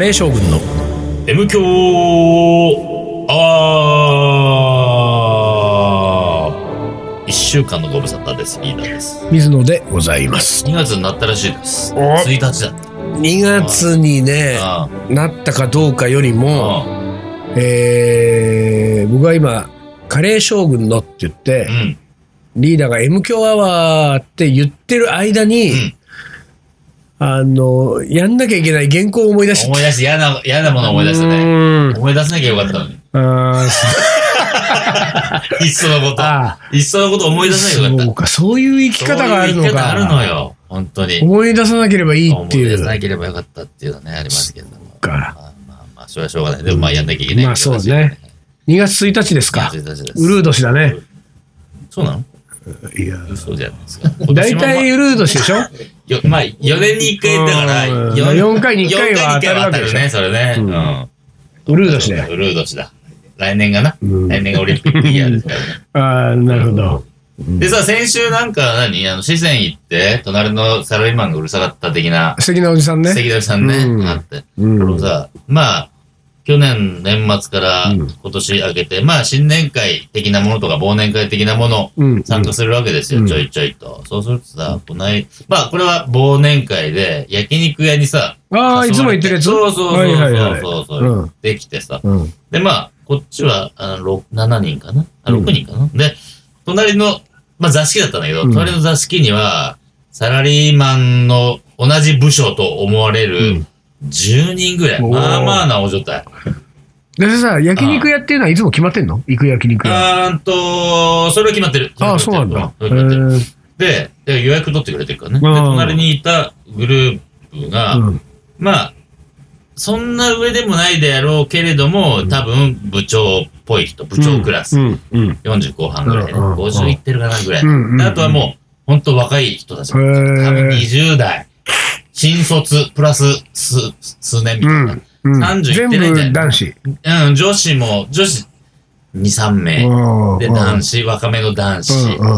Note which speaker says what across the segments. Speaker 1: レー将軍の
Speaker 2: M 強あー一週間のご無沙汰です。リーダーです。
Speaker 1: 水野でございます。
Speaker 2: 2月になったらしいです。
Speaker 1: お
Speaker 2: 1日だって。
Speaker 1: 2月にね、
Speaker 2: あ
Speaker 1: なったかどうかより
Speaker 2: あ
Speaker 1: も、
Speaker 2: あ
Speaker 1: えー、僕は今、カレー将軍のって言って
Speaker 2: あう、ん。
Speaker 1: リーダーが M 強アワーって言ってる間に、
Speaker 2: うん
Speaker 1: あの、やんなきゃいけない原稿を思い出し
Speaker 2: 思い出して、嫌な、嫌なもの思い出した
Speaker 1: う
Speaker 2: ね。
Speaker 1: ーん
Speaker 2: 思い出さなきゃよかったのに。
Speaker 1: あー
Speaker 2: いっそのこと。
Speaker 1: あ
Speaker 2: いっそのこと 思い出さなきゃ
Speaker 1: そ
Speaker 2: よかっ
Speaker 1: うか、そういう生き
Speaker 2: た。
Speaker 1: 方があるの
Speaker 2: そういう生き方ある
Speaker 1: か。
Speaker 2: のよ。本当に。
Speaker 1: 思い出さなければいい
Speaker 2: 思
Speaker 1: っ
Speaker 2: い
Speaker 1: てい
Speaker 2: 出
Speaker 1: う
Speaker 2: さ。なければよかったっていうのはね、ありますけども。
Speaker 1: か
Speaker 2: まあまあまあ、それはしょうがない。でもまあやんなきゃいけない。
Speaker 1: まあそうね。2月1日ですか。
Speaker 2: 1日です
Speaker 1: ウルー年だね。
Speaker 2: そうなの
Speaker 1: いや
Speaker 2: そうじゃないですか。
Speaker 1: 大体ウルー年でしょ
Speaker 2: よまあ、4年に1回だから、
Speaker 1: うん
Speaker 2: よ
Speaker 1: 四回に一回は当た
Speaker 2: 四回に一
Speaker 1: るわけでしょ
Speaker 2: ね、それね。
Speaker 1: うん
Speaker 2: う
Speaker 1: ウルー
Speaker 2: ん。
Speaker 1: 年だよ。
Speaker 2: ウルー年だ。来年がな。
Speaker 1: うん
Speaker 2: 来年がオリンピックイヤーですからね。
Speaker 1: ああ、なるほど。
Speaker 2: でさ、先週なんか何あの、四川行って、隣のサラリーマンがうるさかった的な、
Speaker 1: 素敵なおじさんね。
Speaker 2: 関田さんね、
Speaker 1: うん
Speaker 2: あって。
Speaker 1: うん
Speaker 2: これもさ、まあ、去年年末から
Speaker 1: うん
Speaker 2: 今年明けて、まあ、新年会的なものとか忘年会的なもの、
Speaker 1: うん。
Speaker 2: 参加するわけですよ、
Speaker 1: うん
Speaker 2: ちょいちょいと。そうするとさ、こない、まあ、これは忘年会で、焼肉屋にさ、
Speaker 1: ああ、いつも言ってるやつ。
Speaker 2: そうそうそうそう、
Speaker 1: はいはいはい
Speaker 2: そうそう
Speaker 1: うん
Speaker 2: できてさ。
Speaker 1: うん。
Speaker 2: で、まあ、こっちは、あの、ろ7人かなあ ?6 人かな、で、隣の、まあ、座敷だったんだけど、
Speaker 1: うん
Speaker 2: 隣の座敷には、サラリーマンの同じ部署と思われ
Speaker 1: う
Speaker 2: る、10人ぐらい。
Speaker 1: おー
Speaker 2: まあまあなお状態。
Speaker 1: でさ、焼肉屋っていうのはいつも決まってんの行く焼肉屋。
Speaker 2: あーんと、それは決まってる。
Speaker 1: ああ、そうなんだ。
Speaker 2: それは決まっ
Speaker 1: へ
Speaker 2: てる
Speaker 1: え
Speaker 2: で、で予約取ってくれてるからね。で、
Speaker 1: うん
Speaker 2: 隣にいたグループが、
Speaker 1: うん
Speaker 2: まあ、そんな上でもないであろうけれども、多分部長っぽい人、部長クラス。
Speaker 1: うん。うん。へ
Speaker 2: 40後半ぐらいね。
Speaker 1: うんうん
Speaker 2: 50いってるかなぐらい。
Speaker 1: うんうん
Speaker 2: であとはもう、ほんと若い人たち。多分
Speaker 1: え。
Speaker 2: 20代。新卒、プラス数、数年み
Speaker 1: う
Speaker 2: たい
Speaker 1: ん。うん
Speaker 2: 30
Speaker 1: 全
Speaker 2: いってないんじゃ
Speaker 1: 部
Speaker 2: ない
Speaker 1: 男子。
Speaker 2: な。うん、女子も、女子2、3名。で、男
Speaker 1: 子。
Speaker 2: 子、若めの男子。
Speaker 1: うんうんうん。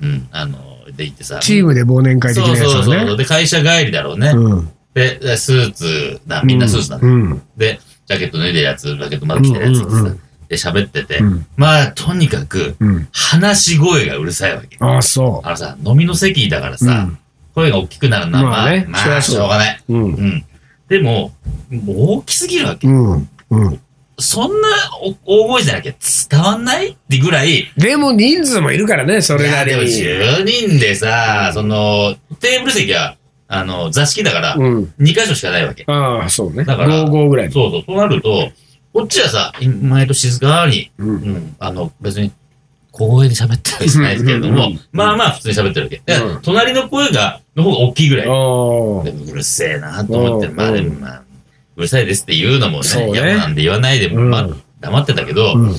Speaker 2: うん、あの、で行ってさ。
Speaker 1: チームで忘年会的なやつ
Speaker 2: そうそう
Speaker 1: だ
Speaker 2: そう。
Speaker 1: ね。
Speaker 2: で、会社帰りだろうね。
Speaker 1: うん
Speaker 2: で、でスーツだ、みんなスーツだ、
Speaker 1: うん。
Speaker 2: で、ジャケット脱いでるやつ、ジャケットまだ着てるやつってさ、
Speaker 1: うんうんうん
Speaker 2: で、喋ってて、
Speaker 1: うん
Speaker 2: まあ、とにかく、
Speaker 1: うん。
Speaker 2: 話し声がうるさいわけ。
Speaker 1: ああ、そ
Speaker 2: あのさ、飲みの席だからさ、
Speaker 1: うん
Speaker 2: 声が大きくなるのは、ま
Speaker 1: ま
Speaker 2: あ、
Speaker 1: あね
Speaker 2: まあ
Speaker 1: そりゃ
Speaker 2: し
Speaker 1: そう
Speaker 2: ょうがない。
Speaker 1: う。うん。
Speaker 2: うん。でも、もう大きすぎるわけ。
Speaker 1: うん。うん。
Speaker 2: そんなお大声じゃなきゃ伝わんないってぐらい、
Speaker 1: でも人数もいるからね、そ
Speaker 2: い
Speaker 1: れ
Speaker 2: や
Speaker 1: なり
Speaker 2: でも
Speaker 1: に。
Speaker 2: 10人でさ、その、テーブル席は、あの、座敷だから、
Speaker 1: うん。
Speaker 2: 2箇所しかないわけ。
Speaker 1: ああ、そうね。
Speaker 2: だから
Speaker 1: 5、5ぐらい。
Speaker 2: そうそう。となると、こっちはさ、い毎度静かに、
Speaker 1: うん
Speaker 2: うん、あの、別に、小声で喋ったりしないですけれど
Speaker 1: う
Speaker 2: も
Speaker 1: ん、
Speaker 2: まあまあ普通に喋ってるわけ。だから
Speaker 1: うん
Speaker 2: 隣の声が、の方が大きいぐらい。
Speaker 1: あ
Speaker 2: でもうるせえなと思って、
Speaker 1: うん
Speaker 2: まあでもまあ、うるさいですって言うのも
Speaker 1: そうね
Speaker 2: ね、嫌、なんで言わないでも、
Speaker 1: うん
Speaker 2: まあ、黙ってたけ
Speaker 1: あ。
Speaker 2: ど、
Speaker 1: うん。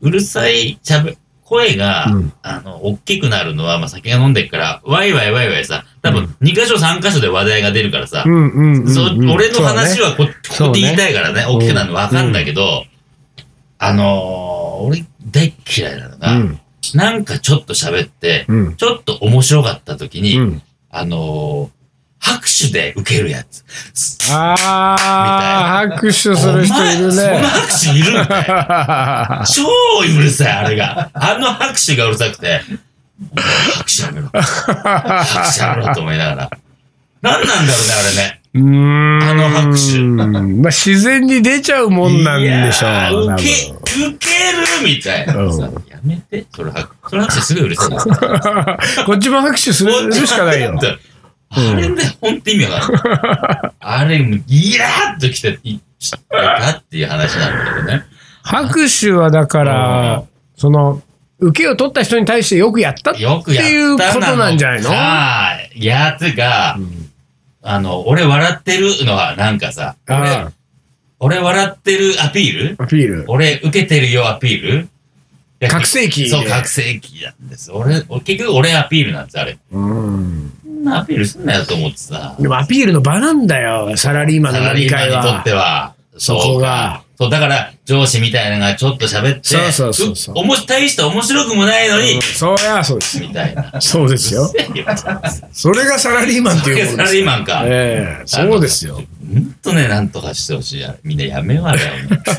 Speaker 2: うるさいしゃべ、声が、
Speaker 1: うん
Speaker 2: あの、大きくなるのは、まあ酒が飲んでるから、ワイワイワイワイさ、多分2箇所3箇所で話題が出るからさ、
Speaker 1: うんうんうんうん。
Speaker 2: そう俺の話
Speaker 1: は。
Speaker 2: はここ
Speaker 1: そうね
Speaker 2: こで言いたいからね、
Speaker 1: うん
Speaker 2: 大きくなるの分かんだけど、あのー、俺大っ嫌いなの
Speaker 1: う
Speaker 2: が、
Speaker 1: ん。
Speaker 2: なんかちょっと喋って、
Speaker 1: うん。
Speaker 2: ちょっと面白かった時に、
Speaker 1: うん。
Speaker 2: あのー、拍手で受けるやつ。
Speaker 1: ああ、拍手する人い
Speaker 2: お
Speaker 1: る
Speaker 2: 前その
Speaker 1: ね。
Speaker 2: 拍手いるみたいな。超うるさい、あれが。あの拍手がうるさくて、拍手やめろ。拍手やめろと思いながら。何なんだろうね、あれね。
Speaker 1: うーん。
Speaker 2: あの拍手
Speaker 1: まあ自然に出ちゃうもんなんでしょ
Speaker 2: いや
Speaker 1: う。
Speaker 2: ー
Speaker 1: 多
Speaker 2: ウ
Speaker 1: 分
Speaker 2: ケ、ウケるみたいなさ
Speaker 1: う
Speaker 2: やめて、それ拍手。それ拍手すぐうるさい。
Speaker 1: こっちも拍手するしかないよ。
Speaker 2: あれね、ほんと意味わかんない。あれ、イラーっときて、い知ってたっていう話なんだけどね。
Speaker 1: 拍手はだから、その、受けを取った人に対してよくやったって
Speaker 2: よくやった
Speaker 1: いうことなんじゃないの
Speaker 2: ああ、いや、つうか、あの、俺笑ってるのはなんかさ、俺
Speaker 1: あ、
Speaker 2: 俺笑ってるアピール
Speaker 1: あアピール。
Speaker 2: 俺受けてるよアピールいや
Speaker 1: 覚醒器。
Speaker 2: そう、覚醒器なんです。俺、俺結局俺アピールなんです、あれ。
Speaker 1: うん。
Speaker 2: そんなアピールすんなよと思ってさ。
Speaker 1: でもアピールの場なんだよ、サラリーマン
Speaker 2: サラ
Speaker 1: の
Speaker 2: リ
Speaker 1: 飲み
Speaker 2: ーマ
Speaker 1: 会
Speaker 2: ンにとっ
Speaker 1: は。
Speaker 2: ては。
Speaker 1: そうこが。
Speaker 2: そう、だから、上司みたいなのがちょっと喋って、
Speaker 1: そうそうそうそう
Speaker 2: おもし大した面白くもないのに、
Speaker 1: そうや、そうです。
Speaker 2: みたいな。
Speaker 1: そうですよ。それがサラリーマンっていうもん
Speaker 2: サ
Speaker 1: で
Speaker 2: ラ
Speaker 1: す。
Speaker 2: リーマンか。
Speaker 1: ええそうですよ。
Speaker 2: あの。ほんとね、なんとかしてほしい。みんなやめようあれよ。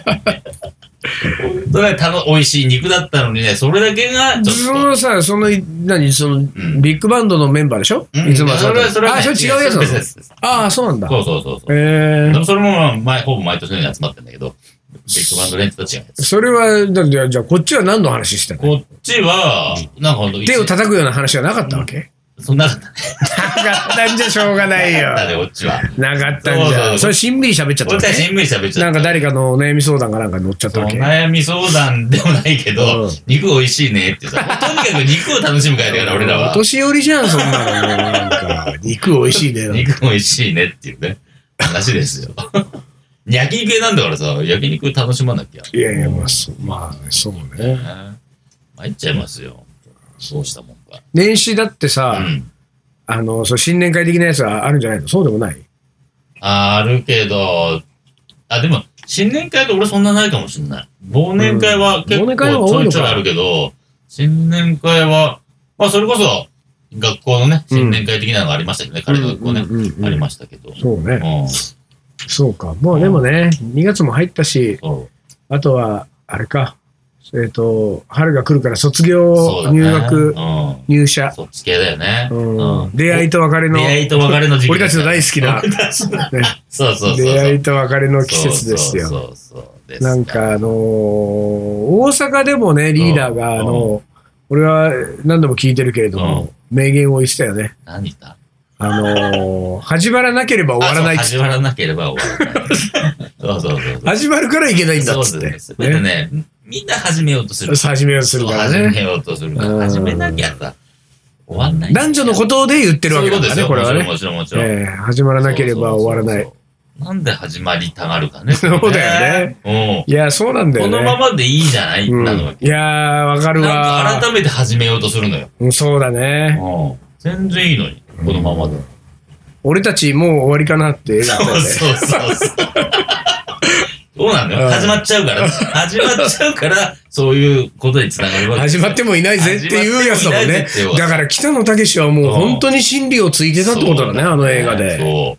Speaker 2: ほんとね、たの、美味しい肉だったのにね、それだけが、ち
Speaker 1: そ
Speaker 2: ょっ
Speaker 1: のさ、その、何、その、ビッグバンドのメンバーでしょ
Speaker 2: と。うん
Speaker 1: いつもさ
Speaker 2: それは、それはね、
Speaker 1: あ、それ違うやつな
Speaker 2: 別
Speaker 1: の
Speaker 2: です別です
Speaker 1: ああ、そうなんだ。
Speaker 2: そうそうそうそう。
Speaker 1: え
Speaker 2: で
Speaker 1: ー
Speaker 2: もそれもまあ、前、ほぼ毎年のように集まってんだけど、ビッグバンドレンジと違うやつ。
Speaker 1: それは、だってじゃあこっちは何の話してたの
Speaker 2: こっちは、なんかほんと、
Speaker 1: 手を叩くような話はなかったわけ
Speaker 2: そんなかったね。
Speaker 1: なかったんじゃしょうがない
Speaker 2: なか
Speaker 1: よ
Speaker 2: っ。たね、こっちは。
Speaker 1: なかったんじ
Speaker 2: そうそうそ
Speaker 1: ゃ。
Speaker 2: う
Speaker 1: それしんみり喋っちゃった
Speaker 2: 俺
Speaker 1: わ
Speaker 2: たち
Speaker 1: け
Speaker 2: 新聞社別に
Speaker 1: なんか誰かのお悩み相談かなんかに乗っちゃった
Speaker 2: お
Speaker 1: わけ。
Speaker 2: 悩み相談でもないけ
Speaker 1: う
Speaker 2: ど、
Speaker 1: ん
Speaker 2: 肉美味しいねって さ、とにかく肉を楽しむ会だから俺ら
Speaker 1: お
Speaker 2: は。
Speaker 1: 年寄りじゃん、そんなの。もうなんか、肉美味しいね。
Speaker 2: 肉美味しいねっていうね、話ですよ。 焼肉屋なんだからさ、焼肉楽しまなきゃ。
Speaker 1: いやいや、まあ、そうまあね、そうね。
Speaker 2: 参っちゃいますよ。そうしたもんか。
Speaker 1: 年始だってさ、
Speaker 2: うん。
Speaker 1: あの、そう、新年会的なやつはあるんじゃないのそうでもない
Speaker 2: あるけど、あ、でも、新年会って俺そんなないかもしんない。忘年会は結
Speaker 1: うん忘
Speaker 2: 構
Speaker 1: 年会は
Speaker 2: ち
Speaker 1: 多
Speaker 2: ょ
Speaker 1: い
Speaker 2: い
Speaker 1: のか
Speaker 2: ちょいあるけど、新年会は、まあそれこそ、学校のね、新年会的なのがありましたけどね、彼の学校ね、
Speaker 1: うんうんうんうん
Speaker 2: ありましたけど。
Speaker 1: そうね。
Speaker 2: うん
Speaker 1: そうか。まあでもね、2月も入ったし、
Speaker 2: そう
Speaker 1: あとは、あれか、えっ、と、春が来るから卒
Speaker 2: そう
Speaker 1: 業、
Speaker 2: だね
Speaker 1: 入学、
Speaker 2: うん。
Speaker 1: 入社、
Speaker 2: そっち系だよね。
Speaker 1: う
Speaker 2: うんん
Speaker 1: 出会いと別れの、
Speaker 2: 出会いと別れの時期。
Speaker 1: 俺たちの大好きな
Speaker 2: 俺たちの
Speaker 1: ね
Speaker 2: そうそうそうそう。
Speaker 1: 出会いと別れの季節ですよ。
Speaker 2: そうそうそうです
Speaker 1: なんか、あのー大阪でもね、リーダーが、あ
Speaker 2: うん
Speaker 1: の俺は何度も聞いてるけれども、名言を言ってたよね。
Speaker 2: 何言った
Speaker 1: あ のー始まらなければ終わらないっ
Speaker 2: あ
Speaker 1: つ
Speaker 2: そ
Speaker 1: って
Speaker 2: う始まらなければ終わらない。そうそうそうそう。
Speaker 1: 始まるからいけないんだっつ
Speaker 2: そう
Speaker 1: っ
Speaker 2: で
Speaker 1: て
Speaker 2: す。。だって
Speaker 1: ね
Speaker 2: ね、みんな始めようとする。
Speaker 1: 始めようとするから
Speaker 2: そう始
Speaker 1: ね。
Speaker 2: めようとするか
Speaker 1: う
Speaker 2: ら。
Speaker 1: ん
Speaker 2: 始めなきゃさ、終わんない。
Speaker 1: 男女のことで言ってるわけだから
Speaker 2: そう
Speaker 1: ね、
Speaker 2: いう
Speaker 1: こ
Speaker 2: こ
Speaker 1: れ
Speaker 2: とです
Speaker 1: はね。
Speaker 2: よもちろん、もちろん、もちろん。
Speaker 1: ええ始まらなければ終わらな
Speaker 2: そ。
Speaker 1: いう
Speaker 2: そうそうそう。なんで始まりたがるかね。
Speaker 1: そうだよね
Speaker 2: ね。
Speaker 1: いや、そうなん
Speaker 2: う
Speaker 1: だ
Speaker 2: ん。
Speaker 1: よ
Speaker 2: こ
Speaker 1: ね。
Speaker 2: のままでいいじゃない
Speaker 1: うん
Speaker 2: なのよ
Speaker 1: いやー、わかる
Speaker 2: な
Speaker 1: わ
Speaker 2: んか改めて始めようとするのよ。
Speaker 1: うんそうだね。
Speaker 2: 全然いいのに、このままで。
Speaker 1: 俺たちもう終わりかなって笑
Speaker 2: そ
Speaker 1: 顔だ
Speaker 2: う
Speaker 1: よね。
Speaker 2: そうそうそう。そうなの
Speaker 1: う
Speaker 2: よ。
Speaker 1: ん
Speaker 2: 始まっちゃうから。始まっちゃうから、そういうことにつながるわけです
Speaker 1: 始
Speaker 2: よ。
Speaker 1: まってもいないぜっていうやつだもんね
Speaker 2: 始まってもいないぜっていう。
Speaker 1: だから北野武はもう本当に真理をついてたってことだね、
Speaker 2: そう
Speaker 1: あの映画で。
Speaker 2: そ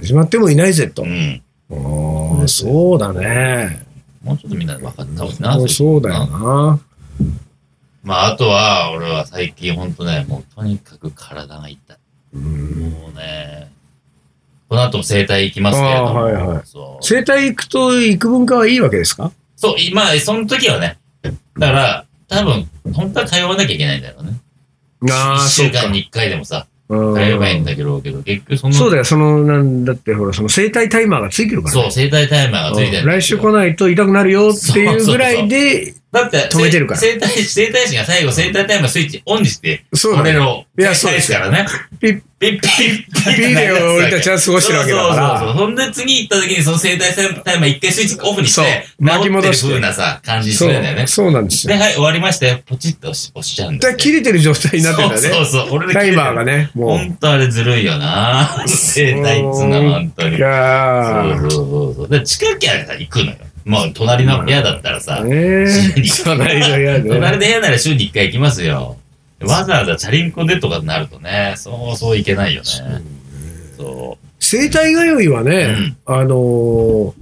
Speaker 1: 始まってもいないぜと
Speaker 2: う。う。ん。
Speaker 1: おーそうだね。
Speaker 2: もうちょっとみんなで分かった方がいい
Speaker 1: もう
Speaker 2: な。
Speaker 1: そうだよ
Speaker 2: ん。
Speaker 1: な。
Speaker 2: まあ、あとは、俺は最近ほんとね、もうとにかく体が痛い。もうね、この後も整体行きますけれども。
Speaker 1: あーはいはい
Speaker 2: そう。
Speaker 1: 生体行くと幾分かはいいわけですか
Speaker 2: そう、今、その時はね。だから、多分、本当は通わなきゃいけないんだろうね。
Speaker 1: ああ、
Speaker 2: 一
Speaker 1: そう
Speaker 2: 週
Speaker 1: か
Speaker 2: 間。に一回でもさ、
Speaker 1: う
Speaker 2: 通えばいいん
Speaker 1: ん
Speaker 2: だけど、けど結局その、
Speaker 1: そうだよ、その、なんだって、ほら、その生体タイマーがついてるからね。
Speaker 2: そう、生体タイマーがついてるんだけ
Speaker 1: うん
Speaker 2: ど。
Speaker 1: 来週来ないと痛くなるよっていうぐらいで、
Speaker 2: だって、
Speaker 1: 止めてるから
Speaker 2: せ生体、生体師が最後生体タイマースイッチオンにして、
Speaker 1: そうだね
Speaker 2: 俺の、
Speaker 1: いやそうで
Speaker 2: ですすからね。
Speaker 1: ピッ
Speaker 2: ピッピッピッ
Speaker 1: ピーで俺たちは過ごしてるわけだから
Speaker 2: そうそうそうそう。ほんで次行った時にその生体タイマー一回スイッチオフにし
Speaker 1: そう
Speaker 2: て、
Speaker 1: 巻き戻して
Speaker 2: 治ってる風なさ、感じにす
Speaker 1: そ
Speaker 2: るんだよね
Speaker 1: う、。そうなんです
Speaker 2: で、
Speaker 1: よ。
Speaker 2: はい、終わりましたよ。ポチッと押し押しちゃうん
Speaker 1: だから
Speaker 2: だよね。
Speaker 1: 切れてる状態になってんだ
Speaker 2: そう
Speaker 1: ね。
Speaker 2: そうそう。俺で切
Speaker 1: タ
Speaker 2: れ
Speaker 1: イ
Speaker 2: てる
Speaker 1: マーがね、もう
Speaker 2: ほ。んとあれずるいよな生態っつうのはほんとに。
Speaker 1: いやー
Speaker 2: そうそうそうそう。で、近きゃさ、行くのよ。もう隣の部屋だったらさ、
Speaker 1: ね
Speaker 2: 週に
Speaker 1: え。隣の部屋で。
Speaker 2: 隣の部屋なら週に一回行きますよ。わざわざチャリンコでとかになるとね、そうそう行けないよね。そう。
Speaker 1: 生体通いはね、あのー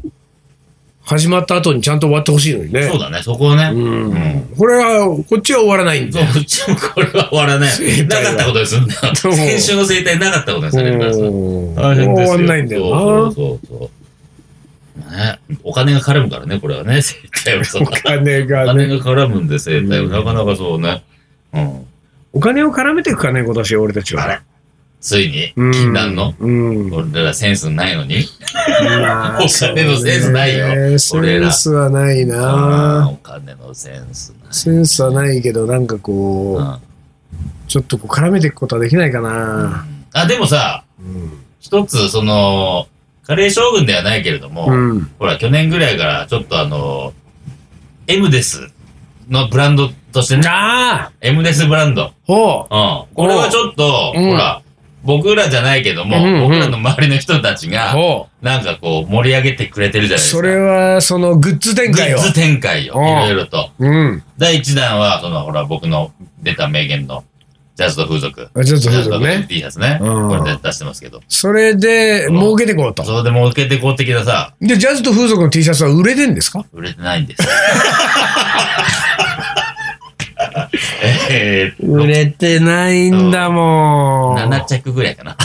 Speaker 1: 始まった後にちゃんと終わってほしいのにね。
Speaker 2: そうだね、そこをね。
Speaker 1: う
Speaker 2: うんん。
Speaker 1: これは、こっちは終わらないん
Speaker 2: そ
Speaker 1: で。
Speaker 2: う、うちもこれは終わらない。
Speaker 1: 生態
Speaker 2: な
Speaker 1: は
Speaker 2: かったことにするんだよ。
Speaker 1: そう
Speaker 2: 先週の生態なかったことにされるからさ。
Speaker 1: うん
Speaker 2: 大
Speaker 1: 終
Speaker 2: 変ですよ
Speaker 1: わんないんだよ
Speaker 2: そうそうそうそう。ね、お金が絡むからね、これはね、生態はそう
Speaker 1: な。お金
Speaker 2: お
Speaker 1: が
Speaker 2: 金
Speaker 1: ね。
Speaker 2: が絡むんで、生態
Speaker 1: う
Speaker 2: は。
Speaker 1: ん
Speaker 2: なかなかそうね。うん。
Speaker 1: お金を絡めていくかね、今年、俺たちは。
Speaker 2: ついに、
Speaker 1: うん
Speaker 2: 禁断の。
Speaker 1: うん。
Speaker 2: 俺らセンスないのに。
Speaker 1: まあ
Speaker 2: お金のセンスないよ
Speaker 1: そうねセ
Speaker 2: 俺ら
Speaker 1: ンスはない
Speaker 2: あー
Speaker 1: な。
Speaker 2: お金のセンスない。
Speaker 1: センスはないけど、なんか
Speaker 2: う
Speaker 1: こ
Speaker 2: ん
Speaker 1: う、ちょっとこう絡めていくことはできないかな。
Speaker 2: あ、でもさ、一つ、その、カレー将軍ではないけれども、
Speaker 1: うん。
Speaker 2: ほら、去年ぐらいから、ちょっとあの、M です。のブランドとしてね。
Speaker 1: ああ
Speaker 2: M ですブランド。
Speaker 1: ほ
Speaker 2: うん。これはちょっと、
Speaker 1: うん
Speaker 2: ほら、僕らじゃないけども、
Speaker 1: うんうん
Speaker 2: 僕らの周りの人たち
Speaker 1: う
Speaker 2: が、
Speaker 1: ほ
Speaker 2: なんかこう、盛り上げてくれてるじゃ
Speaker 1: う
Speaker 2: ないですか。
Speaker 1: それは、その、グッズ展
Speaker 2: グ
Speaker 1: 開を
Speaker 2: ッ。ズ展開よ。
Speaker 1: うん
Speaker 2: いろいろと。
Speaker 1: うん。
Speaker 2: 第1弾は、その、ほら、僕の出た名言の、ジャズと風俗。
Speaker 1: ジャズと風俗ね
Speaker 2: ジャズ T シャツね。
Speaker 1: うん
Speaker 2: これで出してますけど。
Speaker 1: それで、儲けていこうと。
Speaker 2: それでも受けてこう的なさ、
Speaker 1: で、ジャズと風俗の T シャツは売れてんですか
Speaker 2: 売れてないんです。 えー
Speaker 1: 売れてないんだもん。
Speaker 2: 7着ぐらいかな。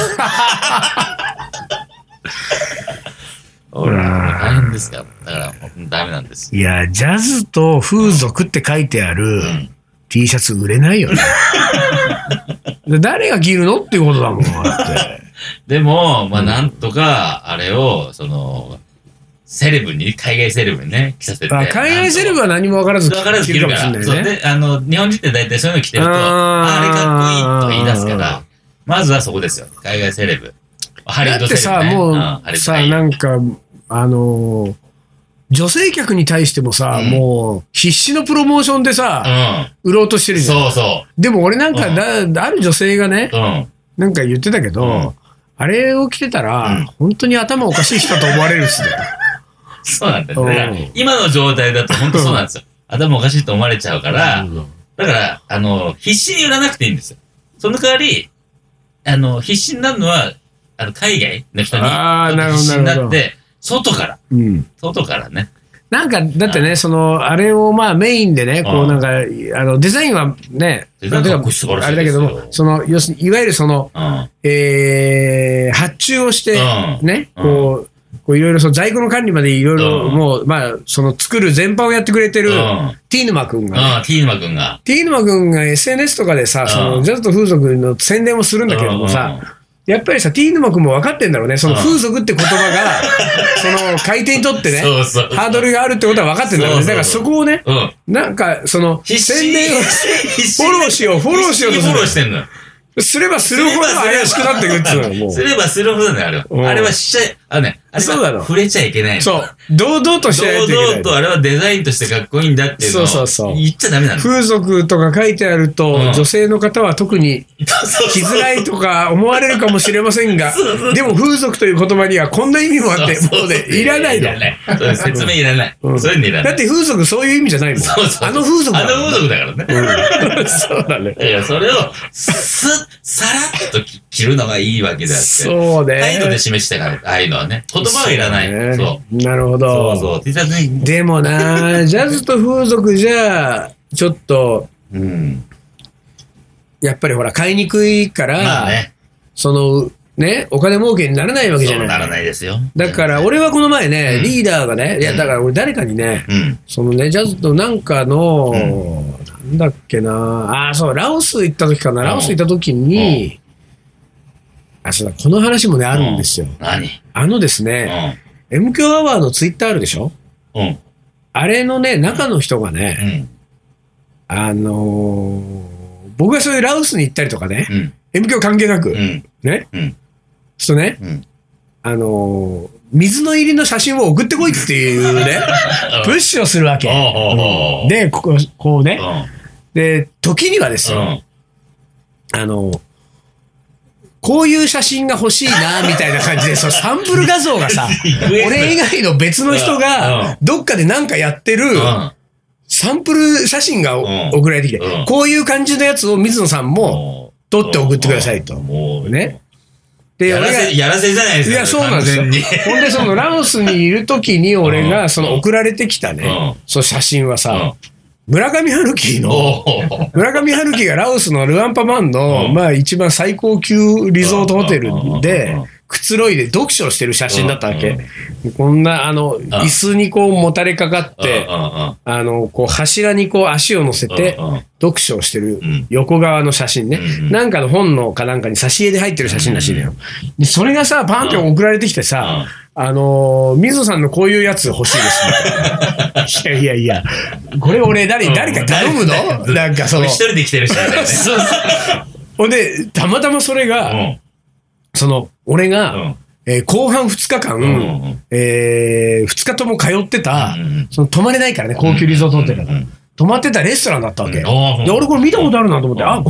Speaker 2: ほら、大変ですから。だから、ダメなんです。
Speaker 1: いや、ジャズと風俗って書いてある T シャツ売れないよ ね。で誰が着るのっていうことだもん、だ って。
Speaker 2: でも、まあ、なんとか、あれを、その、セレブに、海外セレブにね、着させて。
Speaker 1: あ海外セレブは何も分からず
Speaker 2: わからず
Speaker 1: 着
Speaker 2: 着
Speaker 1: る
Speaker 2: る
Speaker 1: か
Speaker 2: か
Speaker 1: もしれ
Speaker 2: ら。
Speaker 1: ない
Speaker 2: そう
Speaker 1: ね。
Speaker 2: で、あの、日本人って大体そういうの着てると、
Speaker 1: あー
Speaker 2: ああれかっこいいと言い出すから、まずはそこですよ。海外セレブ。ハリウッ
Speaker 1: だ
Speaker 2: ド
Speaker 1: っ
Speaker 2: セ
Speaker 1: て
Speaker 2: レ
Speaker 1: さ、
Speaker 2: ブ、ね。
Speaker 1: も
Speaker 2: ん
Speaker 1: うさ、なんか、あのー、女性客に対してもさ、
Speaker 2: うん
Speaker 1: もう必死のプロモーションでさ、売ろうとして
Speaker 2: う
Speaker 1: る
Speaker 2: ん。
Speaker 1: じゃん。
Speaker 2: そうそ
Speaker 1: でも俺なんかだ、ある女性がね
Speaker 2: う。、うん。
Speaker 1: なんか言ってたけど、
Speaker 2: うん
Speaker 1: あれを着てたら、
Speaker 2: うん
Speaker 1: 本当に頭おかしい人だと思われるっすね。
Speaker 2: そうなんだよ。だから
Speaker 1: うん
Speaker 2: 今の状態だと本当そうなんですよ。頭おかしいと思われちゃうから、だから、あの、必死に売らなくていいんですよ。その代わり、あの、必死になるのは、あの、海外の人に、
Speaker 1: あーなるほど
Speaker 2: 必死に
Speaker 1: なる
Speaker 2: な
Speaker 1: ほ
Speaker 2: っ
Speaker 1: ど
Speaker 2: て、外から、
Speaker 1: うん
Speaker 2: 外からね。
Speaker 1: なんか、だってね、その、あれをまあメインでね、こ
Speaker 2: う
Speaker 1: うなん
Speaker 2: ん
Speaker 1: か、あの、デザインはね、
Speaker 2: デザインかっこいい素晴ら
Speaker 1: あれ
Speaker 2: しい
Speaker 1: だ
Speaker 2: で
Speaker 1: け
Speaker 2: すよ
Speaker 1: ども、その、要するに、いわゆるその、
Speaker 2: うん。
Speaker 1: えー、発注をして、
Speaker 2: うん
Speaker 1: ね、
Speaker 2: うん
Speaker 1: こう、こういろいろその在庫の管理までいろいろ、
Speaker 2: うん
Speaker 1: もう、まあ、その作る全般をやってくれてる、
Speaker 2: うん
Speaker 1: ティーヌマ君がね、
Speaker 2: ああ、ティーマ君が。
Speaker 1: ティーヌマ君が SNS とかでさ、
Speaker 2: ん
Speaker 1: そのジャズと風俗の宣伝をするんだけれどもさ、やっぱりさ、ティーヌマ君も分かってんだろうね、その
Speaker 2: うん
Speaker 1: 風俗って言葉 が、その買い手にとってね、
Speaker 2: そうそうそう
Speaker 1: ハードルがあるってことは分かってんだろうね。だからそこをね、
Speaker 2: うん。うん。
Speaker 1: なんか、その、
Speaker 2: 必死
Speaker 1: 宣伝を
Speaker 2: 必死
Speaker 1: フォローしようフォローしようと
Speaker 2: 必
Speaker 1: す
Speaker 2: 死
Speaker 1: る
Speaker 2: にフォローしてんのよ。
Speaker 1: すればするほど怪しくなってくるっつうのはも う
Speaker 2: す。ればするほどね、あれは
Speaker 1: うん。
Speaker 2: あれはしちゃい、あのね、あれ
Speaker 1: そうだろ
Speaker 2: は触れちゃいけないの。
Speaker 1: そう、堂々としてやらないとい
Speaker 2: 堂々
Speaker 1: けな
Speaker 2: と
Speaker 1: い。
Speaker 2: あれはデザインとしてかっこいいんだっていうのを
Speaker 1: そうそうそう
Speaker 2: 言っちゃダメなんだ。
Speaker 1: 風俗とか書いてあると、
Speaker 2: うん
Speaker 1: 女性の方は特に
Speaker 2: 着
Speaker 1: 着づらいとか思われるかもしれませんが
Speaker 2: そうそう、
Speaker 1: でも風俗という言葉にはこんな意味もあって、もうね、いらない
Speaker 2: い
Speaker 1: の。
Speaker 2: らない。そう説明いらない。
Speaker 1: うん
Speaker 2: そういうのいらな
Speaker 1: だっ
Speaker 2: い。
Speaker 1: て風俗そういう意味じゃないもん。
Speaker 2: そうそう
Speaker 1: あの風俗
Speaker 2: あ
Speaker 1: だ
Speaker 2: の
Speaker 1: もん
Speaker 2: 風俗だからね。
Speaker 1: そうだね。
Speaker 2: いや、それを、す、さらっとき着るのがいいわけだって。
Speaker 1: そうね。
Speaker 2: 態度で示してから、ああいうのはね。言葉はいらない。そう。
Speaker 1: う。なるほ
Speaker 2: そう
Speaker 1: ど。
Speaker 2: そう。T シャツに、
Speaker 1: でも な、ジャズと風俗じゃ、ちょっと、
Speaker 2: うん。
Speaker 1: やっぱりほら、買いにくいから、
Speaker 2: まあね。
Speaker 1: その、ね、お金儲けにならないわけじ
Speaker 2: そ
Speaker 1: ゃ
Speaker 2: う
Speaker 1: な。
Speaker 2: ないらないですよ。
Speaker 1: だから、俺はこの前ね、
Speaker 2: うん
Speaker 1: リーダーがね、いや、だから俺誰かにね、
Speaker 2: うん。
Speaker 1: そのね、ジャズとなんかの、な
Speaker 2: う
Speaker 1: んだっけな、あー、そう、ラオス行った時かな、ラオス行った時に、あ、そうだ、この話もね、あるんですよ。
Speaker 2: 何
Speaker 1: あのです
Speaker 2: う
Speaker 1: ね、
Speaker 2: ん。
Speaker 1: M 響アワーのツイッターあるでしょ
Speaker 2: うん。
Speaker 1: あれのね、中の人が
Speaker 2: う
Speaker 1: ね、
Speaker 2: ん。
Speaker 1: あのー僕がそういうラオスに行ったりとかね、
Speaker 2: うん。
Speaker 1: M 響関係なく
Speaker 2: う、ん。
Speaker 1: ね、
Speaker 2: うん。
Speaker 1: そうね、
Speaker 2: うん。
Speaker 1: あのー水の入りの写真を送ってこいっていうね、 プッシュをするわけ。
Speaker 2: おうおうおう
Speaker 1: で、ここ、こうね、で、時にはです
Speaker 2: う
Speaker 1: よ、
Speaker 2: ん。うん。
Speaker 1: あの、こういう写真が欲しい な、みたいな感じで、そのサンプル画像がさ、俺以外の別の人
Speaker 2: う
Speaker 1: が
Speaker 2: ん、
Speaker 1: どっかでなんかやってる、
Speaker 2: うん。
Speaker 1: サンプル写真がお
Speaker 2: うん
Speaker 1: 送られてきて
Speaker 2: うん、
Speaker 1: こういう感じのやつを水野さんも、
Speaker 2: もう
Speaker 1: 撮って送ってくださいと
Speaker 2: もう、
Speaker 1: ね。で、
Speaker 2: やら
Speaker 1: 俺が、
Speaker 2: せ、
Speaker 1: い
Speaker 2: やらせじゃないですか。
Speaker 1: や、そうなんですよ
Speaker 2: 完全に。。
Speaker 1: ほんで、そのラオスにいる時に俺
Speaker 2: う
Speaker 1: が、
Speaker 2: ん
Speaker 1: その送られてきたね
Speaker 2: う、
Speaker 1: その写真はさ
Speaker 2: うん、
Speaker 1: 村上春樹の、
Speaker 2: おう
Speaker 1: 村上春樹がラオスのルアンパマンの、
Speaker 2: うん
Speaker 1: まあ一番最高級リゾートホテル
Speaker 2: う
Speaker 1: で
Speaker 2: んうんうん、
Speaker 1: くつろいで読書をしてる写真だったわけ。
Speaker 2: うん
Speaker 1: こんな、あの、椅子にこうもたれかかって、
Speaker 2: うんうん
Speaker 1: あの、こう柱にこう足を乗せて
Speaker 2: うんうん、
Speaker 1: 読書をしてる
Speaker 2: ん
Speaker 1: 横側の写真ね。
Speaker 2: うんうん
Speaker 1: なんかの本のかなんかに挿絵で入ってる写真らしいのよ。でそれがさ、パーンって送られてきてさ、あのー、水野さんのこういうやつ欲しいです みたいな。いやいやいや、これ俺誰、
Speaker 2: うん
Speaker 1: 誰か頼むの
Speaker 2: 誰
Speaker 1: なんかその。
Speaker 2: 一人で来てる人みたいな ね。
Speaker 1: そうそうほんで、たまたまそれが、その、俺が、
Speaker 2: うん
Speaker 1: えー後半2日間、
Speaker 2: んうんうん
Speaker 1: え2日とも通ってた、
Speaker 2: うんうんうん
Speaker 1: その泊まれないからね、高級リゾートホテルだから、
Speaker 2: うんうん
Speaker 1: 泊まってたレストランだったわけ。
Speaker 2: うんあー
Speaker 1: で、俺これ見たことあるなと思って、
Speaker 2: うん
Speaker 1: あ、こ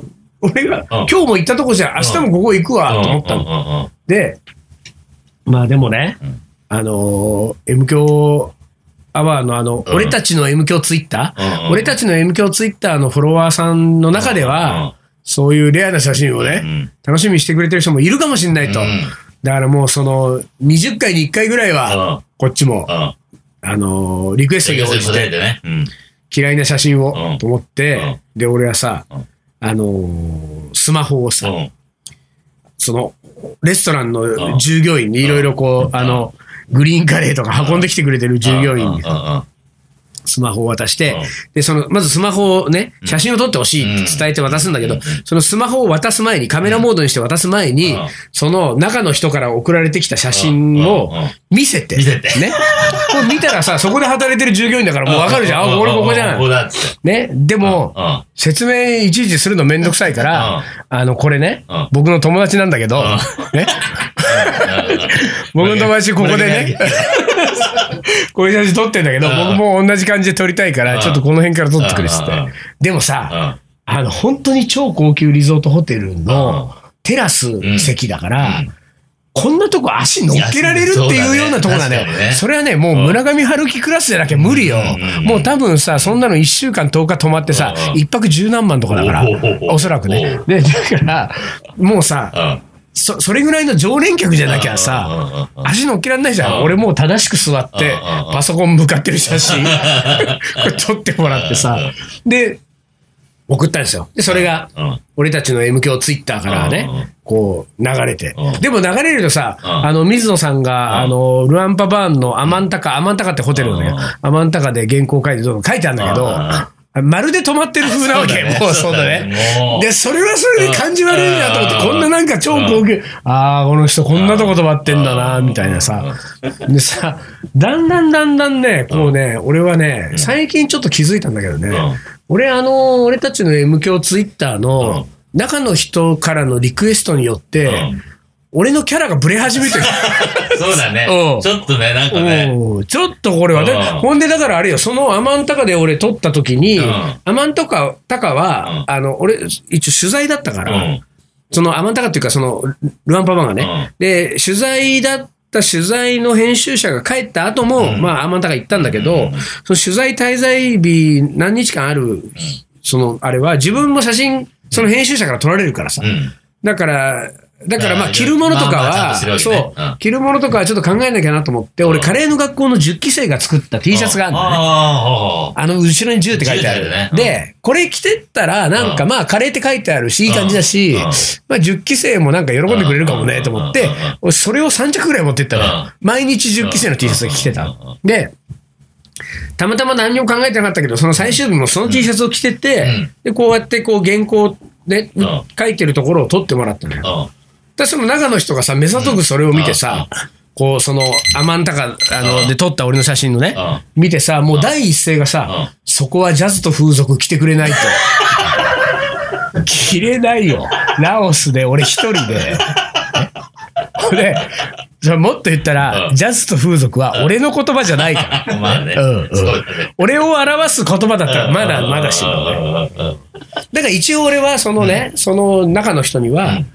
Speaker 1: こ、俺が、今日も行ったとこじゃん、明日もここ行くわ、と思ったの。
Speaker 2: うんうんうんうん
Speaker 1: で、まあでもね、
Speaker 2: ん
Speaker 1: あのー M 教アワーのあの、
Speaker 2: うん
Speaker 1: 俺たちの M 教ツイッター、
Speaker 2: うんうん
Speaker 1: 俺たちの M 教ツイッターのフォロワーさんの中では、
Speaker 2: うんうん
Speaker 1: そういうレアな写真をね、
Speaker 2: うん
Speaker 1: 楽しみにしてくれてる人もいるかもしれないと。
Speaker 2: うん
Speaker 1: だからもうその、20回に1回ぐらい
Speaker 2: うん
Speaker 1: は、こっちも、
Speaker 2: うん。
Speaker 1: あのーリクエスト
Speaker 2: 制
Speaker 1: に応
Speaker 2: 御
Speaker 1: じ
Speaker 2: 性答え
Speaker 1: て、
Speaker 2: てね。うん。
Speaker 1: 嫌いな写真を、
Speaker 2: うん
Speaker 1: と思って、で、俺はさ
Speaker 2: うん、
Speaker 1: あのースマホをさ、
Speaker 2: うん。
Speaker 1: その、レストラン
Speaker 2: う
Speaker 1: の
Speaker 2: ん
Speaker 1: 従業員にいろいろこ
Speaker 2: うん
Speaker 1: う、あの、グリーンカレーとか運んできてくれてる従業員
Speaker 2: うんうん
Speaker 1: にスマホを渡して
Speaker 2: うん、
Speaker 1: で、その、まずスマホをね、写真を撮ってほしいって伝えて渡すんだけ
Speaker 2: う
Speaker 1: ど
Speaker 2: ん、
Speaker 1: そのスマホを渡す前に、カメラモードにして渡す前
Speaker 2: う
Speaker 1: に
Speaker 2: ん、
Speaker 1: その中の人から送られてきた写
Speaker 2: うん
Speaker 1: 真を
Speaker 2: うん
Speaker 1: 見せて。
Speaker 2: 見せて
Speaker 1: ね。これ見たら さ、そこで働いてる従業員だから
Speaker 2: う
Speaker 1: もうわかるじゃん。
Speaker 2: う
Speaker 1: あ、俺ここじゃ
Speaker 2: ここ
Speaker 1: ん。
Speaker 2: だっつって。
Speaker 1: ね。でも、
Speaker 2: うん
Speaker 1: 説明いちいちするのめんどくさいから、あの、これね
Speaker 2: うん、
Speaker 1: 僕の友達なんだけど、ね。僕の友達ここでね。こういう写真撮ってんだけど、
Speaker 2: うん
Speaker 1: 僕も同じ感じで撮りたいか
Speaker 2: うん
Speaker 1: ら、ちょっとこの辺から撮ってくれっつっ
Speaker 2: うんうん
Speaker 1: て。でも
Speaker 2: う
Speaker 1: さ、
Speaker 2: ん
Speaker 1: あの、本当に超高級リゾートホテルのテラス席だから、こんなとこ足乗っけられるって
Speaker 2: いやそうだ
Speaker 1: いう
Speaker 2: ね
Speaker 1: ようなとこだ
Speaker 2: 確かに
Speaker 1: ね
Speaker 2: ね。
Speaker 1: それはね、もう村上春樹クラスじゃなきゃ無理よ
Speaker 2: うんうんうん。
Speaker 1: もう多分さ、そんなの1週間10日泊まってさ
Speaker 2: う、んうん
Speaker 1: 1泊十何万とかだから
Speaker 2: おうおうおう、
Speaker 1: おそらくね
Speaker 2: おう。
Speaker 1: で、だから、もうさ、
Speaker 2: うん。
Speaker 1: そ、それぐらいの常連客じゃなきゃ
Speaker 2: うんうん
Speaker 1: さ
Speaker 2: うん、うん
Speaker 1: 足乗っけらんないじゃ
Speaker 2: うん
Speaker 1: ん。俺もう正しく座っ
Speaker 2: うんう
Speaker 1: て
Speaker 2: んうん、
Speaker 1: パソコン向かってる写 真、これ撮ってもらってさ
Speaker 2: うんうん、
Speaker 1: で、送ったんですよ。で、それが
Speaker 2: うんうん、
Speaker 1: 俺たちの M 響ツイッターから
Speaker 2: うんうんうん
Speaker 1: ね、こう流れて
Speaker 2: うん。
Speaker 1: でも流れるとさ、
Speaker 2: うん
Speaker 1: あの、水野さんが、
Speaker 2: うん
Speaker 1: あの、ルアンパバーンのアマンタカ、アマンタカってホテルのね
Speaker 2: うん、
Speaker 1: アマンタカで原稿書いてどうか書いてあるんだけ
Speaker 2: う
Speaker 1: ど
Speaker 2: んうん、
Speaker 1: まるで止まってる風なわけ、もうそうだね。
Speaker 2: もう
Speaker 1: で、それはそれで感じ悪いなと思っ
Speaker 2: う
Speaker 1: て、
Speaker 2: ん
Speaker 1: こんななんか超高級、ああ、この人こんなとこ泊まってんだな、みたいなさ。でさ、だんだんだんだんね、こうね、俺はね、最近ちょっと気づいたんだけどね
Speaker 2: うん、
Speaker 1: 俺あの、俺たちの M 響ツイッター
Speaker 2: うん
Speaker 1: の中の人からのリクエストによっ
Speaker 2: う
Speaker 1: て
Speaker 2: ん、
Speaker 1: 俺のキャラがブレ始めてる。
Speaker 2: そうだね
Speaker 1: うん。
Speaker 2: ちょっとね、なんかね。
Speaker 1: おーちょっとこれは、で
Speaker 2: うん
Speaker 1: ほんでだからあれよ、そのアマンタカで俺撮った時に、
Speaker 2: うん
Speaker 1: アマンタカタカは、あの、俺、一応取材だったか
Speaker 2: う
Speaker 1: ら、
Speaker 2: ん。
Speaker 1: そのアマンタカっていうか、そのルルアンパマンがね、
Speaker 2: うん
Speaker 1: で、取材だった取材の編集者が帰った後も、
Speaker 2: うん
Speaker 1: まあ、アマンタカ行ったんだけど、
Speaker 2: うん
Speaker 1: その取材滞在日何日間ある、その、あれは、自分も写真、その編集者から撮られるからさ。
Speaker 2: うん。
Speaker 1: だから、だからま
Speaker 2: あ
Speaker 1: あ
Speaker 2: ー
Speaker 1: 着るものとか
Speaker 2: まあまあ
Speaker 1: は、
Speaker 2: ちゃんとしてるわけ
Speaker 1: そ
Speaker 2: ねうん
Speaker 1: う、着るものとかはちょっと考えなきゃなと思って、俺
Speaker 2: うん
Speaker 1: カレーの学校の10期生が作った T シャツがあるんだね。
Speaker 2: ああ、
Speaker 1: あの、後ろに10って書いてあ
Speaker 2: 10
Speaker 1: る。
Speaker 2: だよねうん
Speaker 1: で、これ着てったら、なんか
Speaker 2: うん
Speaker 1: まあ、カレーって書いてあるし、いい感じだし、
Speaker 2: うん
Speaker 1: まあ、10期生もなんか喜んでくれるかも
Speaker 2: う
Speaker 1: ね、
Speaker 2: ん
Speaker 1: と思って
Speaker 2: うん、
Speaker 1: 俺それを3着ぐらい持ってった
Speaker 2: うん
Speaker 1: ら、毎日10期生の T シャツが着てた
Speaker 2: うん
Speaker 1: の。で、たまたま何にも考えてなかったけど、その最終日もその T シャツを着てて、
Speaker 2: うん
Speaker 1: で、こうやってこう原稿で、
Speaker 2: うん
Speaker 1: 書いてるところを撮ってもらったのよ。
Speaker 2: ああ、うん。
Speaker 1: で、その中の人がさ、目ざとくそれを見てさ、
Speaker 2: う
Speaker 1: こう、その、アマンタカ、あの、
Speaker 2: うん
Speaker 1: で撮った俺の写真のね、見てさ、もう第一声がさ、
Speaker 2: う
Speaker 1: そこはジャズと風俗来てくれないと。着れないよ。ラオスで俺一人で。 で、それもっと言ったら、
Speaker 2: うん
Speaker 1: ジャズと風俗は俺の言葉じゃないから。
Speaker 2: まあね
Speaker 1: うんうん。
Speaker 2: すごいね。
Speaker 1: 俺を表す言葉だったら、まだまだし
Speaker 2: うん
Speaker 1: もね。
Speaker 2: うんうん
Speaker 1: だから一応俺はそのね、その中の人には、
Speaker 2: うん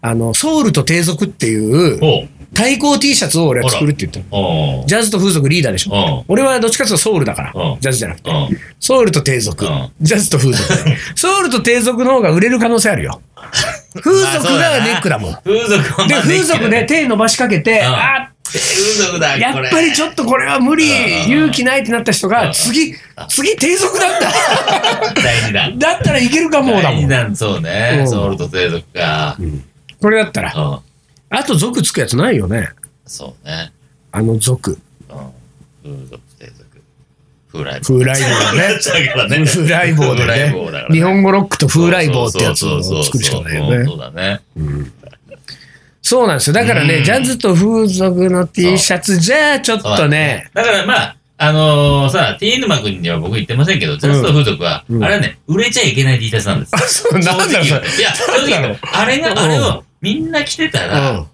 Speaker 1: あの、ソウルと低俗っていう、
Speaker 2: おう
Speaker 1: 対抗 T シャツを俺は作るって言ったの。
Speaker 2: おう
Speaker 1: ジャズと風俗リーダーでしょ。
Speaker 2: おう
Speaker 1: 俺はどっちかというとソウルだから
Speaker 2: うん。
Speaker 1: ジャズじゃなくて。
Speaker 2: おう
Speaker 1: ソウルと低俗
Speaker 2: うん。
Speaker 1: ジャズと風 俗。ソウルと低俗の方が売れる可能性あるよ。風俗がネックだもん。で、
Speaker 2: 風俗はまあネックだね
Speaker 1: 風俗で手伸ばしかけて、
Speaker 2: ん
Speaker 1: あ
Speaker 2: 風俗だ、
Speaker 1: やっぱりちょ
Speaker 2: っ
Speaker 1: っとこれは無理
Speaker 2: う、ん
Speaker 1: 勇気ないってなった人
Speaker 2: う
Speaker 1: が、
Speaker 2: ん
Speaker 1: 次、次低俗だった。
Speaker 2: と。第二弾。
Speaker 1: だったらいけるかもだ
Speaker 2: 第
Speaker 1: も
Speaker 2: 二
Speaker 1: ん。
Speaker 2: 弾、そう
Speaker 1: う
Speaker 2: ね。
Speaker 1: ん
Speaker 2: ソウルと低俗か。うん。
Speaker 1: これだったら。あと、族つくやつないよね。
Speaker 2: そうね。
Speaker 1: あの族。
Speaker 2: うん。風俗、低俗。風来
Speaker 1: 風来坊ね。
Speaker 2: だからね。
Speaker 1: 風来坊で
Speaker 2: 風来
Speaker 1: ね
Speaker 2: 坊だから。ね
Speaker 1: 日本語ロックと風来坊ってやつを作るしかないよ
Speaker 2: そ
Speaker 1: ね。
Speaker 2: うだね。
Speaker 1: そうなんですよ。だから
Speaker 2: う
Speaker 1: ね、
Speaker 2: ん
Speaker 1: ジャズと風俗の T シャツじゃあちょっ
Speaker 2: そうだ
Speaker 1: とね、。
Speaker 2: だからまあ、あのーさ、T 沼君には僕言ってませんけど、ジャスト風俗は、
Speaker 1: ん
Speaker 2: あれはね、売れちゃいけない T シャツなんです。
Speaker 1: あそうなんだろう
Speaker 2: 正直
Speaker 1: それ
Speaker 2: いや、正
Speaker 1: なんだろ
Speaker 2: 直
Speaker 1: う、
Speaker 2: あれ
Speaker 1: うん
Speaker 2: が、あれをみんな着てたら、
Speaker 1: うん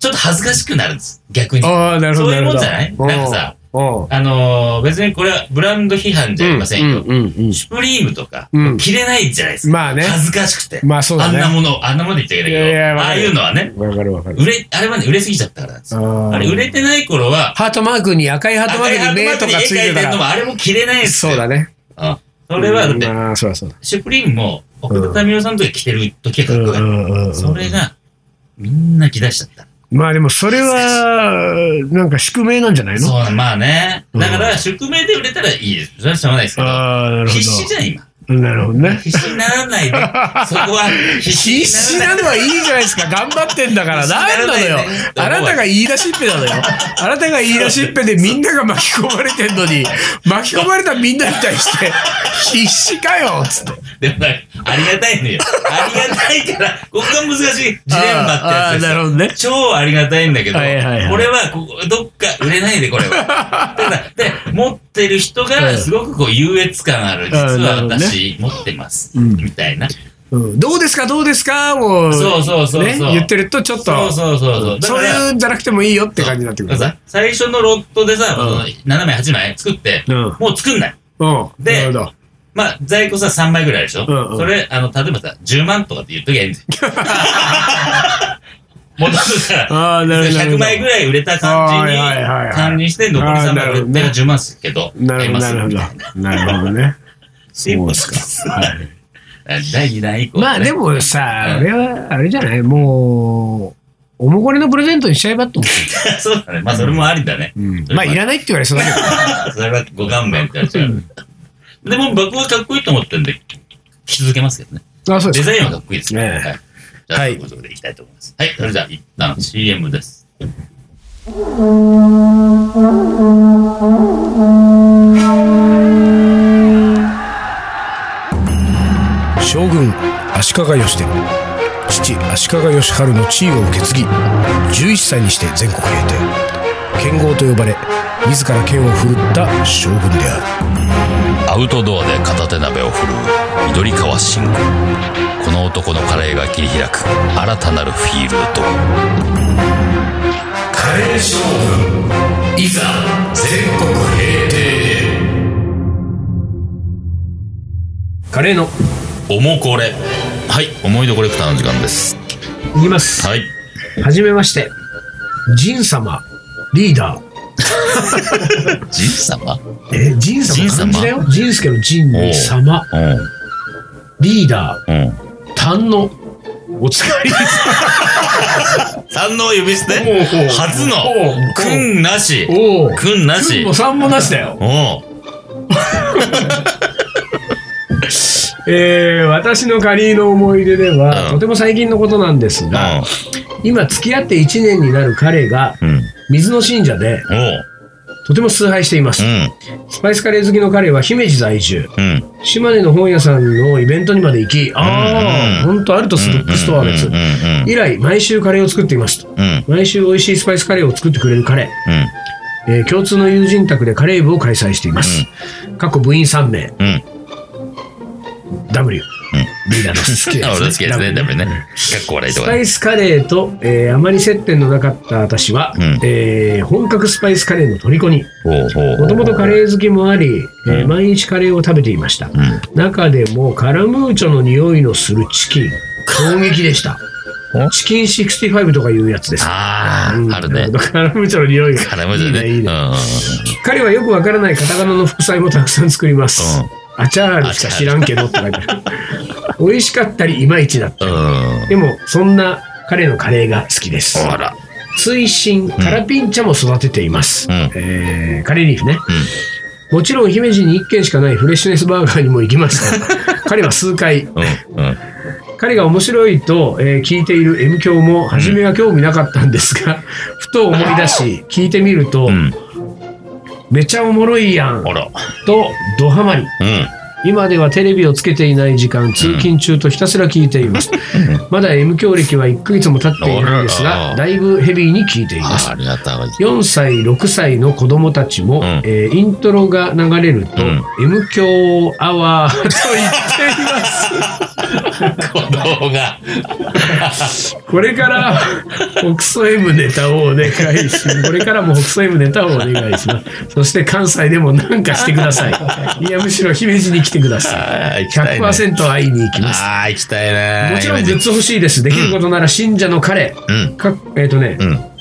Speaker 2: ちょっと恥ずかしくなるんです。逆に。
Speaker 1: ああ、なるほど。
Speaker 2: そういうもんじゃ
Speaker 1: るほど
Speaker 2: ないなんかさ、
Speaker 1: うんうん
Speaker 2: あのー別にこれはブランド批判じゃありませんよ。
Speaker 1: うんうんうんうん
Speaker 2: シュプリームとか、
Speaker 1: うん
Speaker 2: 着れないじゃないですか。
Speaker 1: まあね
Speaker 2: 恥ずかしくて。
Speaker 1: まあそうだね
Speaker 2: あんなもの、あんなもの言っちゃいけな
Speaker 1: いや
Speaker 2: いけ
Speaker 1: い
Speaker 2: ど、
Speaker 1: やわ
Speaker 2: あ
Speaker 1: か
Speaker 2: あ
Speaker 1: る
Speaker 2: いうのはね、
Speaker 1: わかるわかる。
Speaker 2: 売れ、あれはね、売れすぎちゃったからなんですよ
Speaker 1: あー
Speaker 2: あれ、売れてない頃は、
Speaker 1: ハートマークに赤いハートマークに
Speaker 2: 赤い
Speaker 1: 目
Speaker 2: ハート
Speaker 1: と
Speaker 2: マー
Speaker 1: か
Speaker 2: ク
Speaker 1: つい
Speaker 2: に絵描
Speaker 1: て
Speaker 2: いて
Speaker 1: た
Speaker 2: る
Speaker 1: ら。
Speaker 2: のもあれも着れないんですよ。
Speaker 1: そうだね。
Speaker 2: うん。それはだって、
Speaker 1: まあ、そうだそうだ。
Speaker 2: シュプリームも、奥田民生さんの時着てる時はかっこよかっ
Speaker 1: うんうんうんうん
Speaker 2: た。それが、みんな着出しちゃった。
Speaker 1: まあでもそれ は、なんか宿命なんじゃないの
Speaker 2: そう、まあね。
Speaker 1: うん
Speaker 2: だから、宿命で売れたらいいです。それはしょうがないですけど。
Speaker 1: ああ、なるほ
Speaker 2: 必死じゃん、今。
Speaker 1: ど。なるほどね。
Speaker 2: 必死になら ないで。そこは、必
Speaker 1: 必死なのはいいじゃないですか。頑張ってん だから。なんなのよ。あなたが言い出しっぺなのよ。 あなたが言い出しっぺでみんなが巻き込まれてんのに、 巻き込まれたみんなに対 して、必死かよつって。
Speaker 2: でもなんか、ありがたいのよ。ありがたいから、ここが難しい。ジレンマってやつです
Speaker 1: あーあーなるほどね。
Speaker 2: 超ありがたいんだけど、
Speaker 1: はいはいはい
Speaker 2: これはここ、どっか売れないで、これは。ただ、で、持ってる人
Speaker 1: う
Speaker 2: が、
Speaker 1: ん
Speaker 2: すごくこう、優越感ある。実
Speaker 1: あーなる
Speaker 2: は
Speaker 1: ほどね
Speaker 2: 私、持ってます。
Speaker 1: うん
Speaker 2: みたいな。
Speaker 1: うんどうですかどうですかもう、
Speaker 2: そうそうそうそう
Speaker 1: ね、言ってるとちょっと、
Speaker 2: そうそうそうそう。だ
Speaker 1: そ
Speaker 2: か
Speaker 1: う
Speaker 2: ら、
Speaker 1: いうんじゃなくてもいいよって感じになってくる。
Speaker 2: さ最初のロットでさ、
Speaker 1: うん
Speaker 2: その7枚、8枚作って、
Speaker 1: うん
Speaker 2: もう作んない。
Speaker 1: うん。
Speaker 2: で
Speaker 1: なるほど。
Speaker 2: まあ、在庫さ、3枚ぐらいあるでしょ、
Speaker 1: うんうん
Speaker 2: それ、あの、例えばさ、10万とかって言っときゃいい んですよ。戻すから。
Speaker 1: ああ、なるほど。
Speaker 2: 100枚ぐらい売れた感じに、
Speaker 1: はいはいはいはい
Speaker 2: 感じにして、残り3枚売れたら10万するけど、
Speaker 1: なるほど、なるほ
Speaker 2: ど。
Speaker 1: ど。なるほどね。そうですか。はい。
Speaker 2: 第2弾以降、
Speaker 1: まあで
Speaker 2: も、
Speaker 1: も
Speaker 2: うん
Speaker 1: さ、あれは、あれじゃないもう、おもこれのプレゼントにしちゃえばと思って。
Speaker 2: そうだね。まあ、それもありだね。
Speaker 1: まあいらないって言われそうだけ
Speaker 2: それはご勘弁ってやつ
Speaker 1: う
Speaker 2: でも、僕はかっこいいと思ってるんで、着続けますけどね。
Speaker 1: ど。あ、そうで
Speaker 2: デ
Speaker 1: すか。
Speaker 2: ザインはかっこいいですね。
Speaker 1: ええ
Speaker 2: はい。じゃあ、
Speaker 1: は
Speaker 2: と
Speaker 1: い
Speaker 2: いうことでいきたいと思います。はい。それじゃあ、一旦 CM です。
Speaker 3: 将軍足利義で父足利義晴の地位を受け継ぎ11歳にして全国平定剣豪と呼ばれ自ら剣を振るった将軍である
Speaker 4: アウトドアで片手鍋を振るう緑川信吾この男のカレーが切り開く新たなるフィールド
Speaker 3: カレー将軍いざ全国平定
Speaker 1: カレーの、
Speaker 2: おもこれ。
Speaker 4: はい思い出コレクターの時間です
Speaker 1: いきます。
Speaker 4: はい
Speaker 1: はじめまして。ジン様、リーダー。
Speaker 4: じいさま
Speaker 1: え、ジン
Speaker 4: ジン
Speaker 1: 様
Speaker 4: 様
Speaker 1: 漢字だよ。ジンスケのジンに様、
Speaker 4: うん
Speaker 1: リーダ
Speaker 4: うん
Speaker 1: ー、丹の。お疲れ
Speaker 2: 三の指捨て初のくんなし
Speaker 1: おお。
Speaker 2: くんなし
Speaker 1: も三もなしだよ。
Speaker 2: おう
Speaker 1: えー、私のカリーの思い出では、
Speaker 4: うん
Speaker 1: とても最近のことなんですが、今付き合って1年になる彼が
Speaker 4: うん
Speaker 1: 水の信者で
Speaker 4: おう
Speaker 1: とても崇拝していま
Speaker 4: う
Speaker 1: す、
Speaker 4: ん
Speaker 1: スパイスカレー好きの彼は姫路在住
Speaker 4: うん
Speaker 1: 島根の本屋さんのイベントにまで行きああ、
Speaker 4: うん
Speaker 1: ほんとあるとスブックストアです
Speaker 4: うんうんうん
Speaker 1: 以来毎週カレーを作っていますと
Speaker 4: うんうん
Speaker 1: 毎週美味しいスパイスカレーを作ってくれる彼、
Speaker 4: うん
Speaker 1: えー共通の友人宅でカレー部を開催しています、過去部員3名
Speaker 4: うん
Speaker 1: W、リーダーの好き
Speaker 4: 俺好きですね
Speaker 1: W
Speaker 4: ダメねかっこ笑いと
Speaker 1: ス
Speaker 4: か
Speaker 1: パ
Speaker 4: ね
Speaker 1: イスカレーと、えーあまり接点のなかった私は、
Speaker 4: うん
Speaker 1: えー本格スパイスカレーの虜に
Speaker 4: おうおう
Speaker 1: もともとカレー好きもあり、えー
Speaker 4: うん
Speaker 1: 毎日カレーを食べていました、
Speaker 4: ん
Speaker 1: 中でもカラムーチョの匂いのするチキン衝撃でした
Speaker 4: お
Speaker 1: チキン65とかいうやつです
Speaker 4: あ
Speaker 1: うん
Speaker 4: ああるね
Speaker 1: なほどカラムーチョの匂いが
Speaker 4: カラムジャね
Speaker 1: いいねいい
Speaker 4: う
Speaker 1: ね
Speaker 4: ん
Speaker 1: 彼はよくわからないカタカナの副菜もたくさん作ります、
Speaker 4: うん
Speaker 1: あちゃーるしか知らんけどって書いてある美味しかったりいまいちだった
Speaker 4: うんうん
Speaker 1: でもそんな彼のカレーが好きです
Speaker 4: あら
Speaker 1: 追伸カラピン茶も育てています、
Speaker 4: うん
Speaker 1: えーカレーリーフね、もちろん姫路に1軒しかないフレッシュネスバーガーにも行きました 彼は数回
Speaker 4: うんうん
Speaker 1: 彼が面白いと、えー聞いている M 教も初めは興味なかったんですが、ふと思い出し聞いてみると、
Speaker 4: うん
Speaker 1: めちゃおもろいやん
Speaker 4: あら
Speaker 1: とドハマり
Speaker 4: うん
Speaker 1: 今ではテレビをつけていない時間通勤中とひたすら聞いています、まだ M 教歴は1ヶ月も経っていないんです
Speaker 4: あ
Speaker 1: が
Speaker 4: ら
Speaker 1: だいぶヘビーに聞いています
Speaker 4: あありがたい
Speaker 1: 4歳6歳の子供たちも、
Speaker 4: ん
Speaker 1: えーイントロが流れると「
Speaker 4: うん
Speaker 1: M 強アワー」と言っています
Speaker 2: 子供が
Speaker 1: これから北総 M ネタをお願いしますこれからも北総 M ネタをお願いしますそして関西でも何かしてくださいいやむしろ姫路に来てください
Speaker 4: ああ行きたいね
Speaker 1: 100%会いに行きます
Speaker 4: ああ行きたいね
Speaker 1: もちろん
Speaker 4: 今
Speaker 1: グッズ欲しいですできることなら信者の彼
Speaker 4: うん
Speaker 1: かえっ、とね、
Speaker 4: うん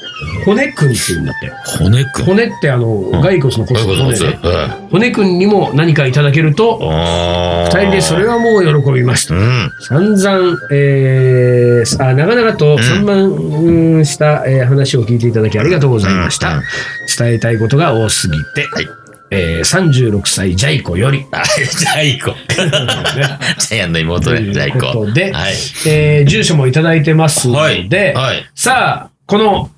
Speaker 1: 骨くんって言うんだって。
Speaker 2: 骨くん。
Speaker 1: 骨ってあの、骸骨の骨
Speaker 2: そういうこと
Speaker 1: 骨
Speaker 2: です。
Speaker 1: ね。
Speaker 2: うん
Speaker 1: 骨くんにも何かいただけると、
Speaker 2: あ
Speaker 1: 二
Speaker 2: ー
Speaker 1: 人でそれはもう喜びました
Speaker 2: う。ん。
Speaker 1: 散々、えー、あ長々と散漫、うんした、えー話を聞いていただきありがとうございました。
Speaker 2: うんうん
Speaker 1: 伝えたいことが多すぎて、
Speaker 2: はい
Speaker 1: えー36歳ジャイコよ り、
Speaker 2: あじゃあ行こう。ジャイアンの妹
Speaker 1: と
Speaker 2: ね。じゃあ
Speaker 1: い
Speaker 2: 行
Speaker 1: う
Speaker 2: こ
Speaker 1: こ
Speaker 2: う。
Speaker 1: とで、
Speaker 2: はい。
Speaker 1: えー住所もいただいてますの
Speaker 5: はい
Speaker 1: で、
Speaker 2: はい。
Speaker 1: さあ、この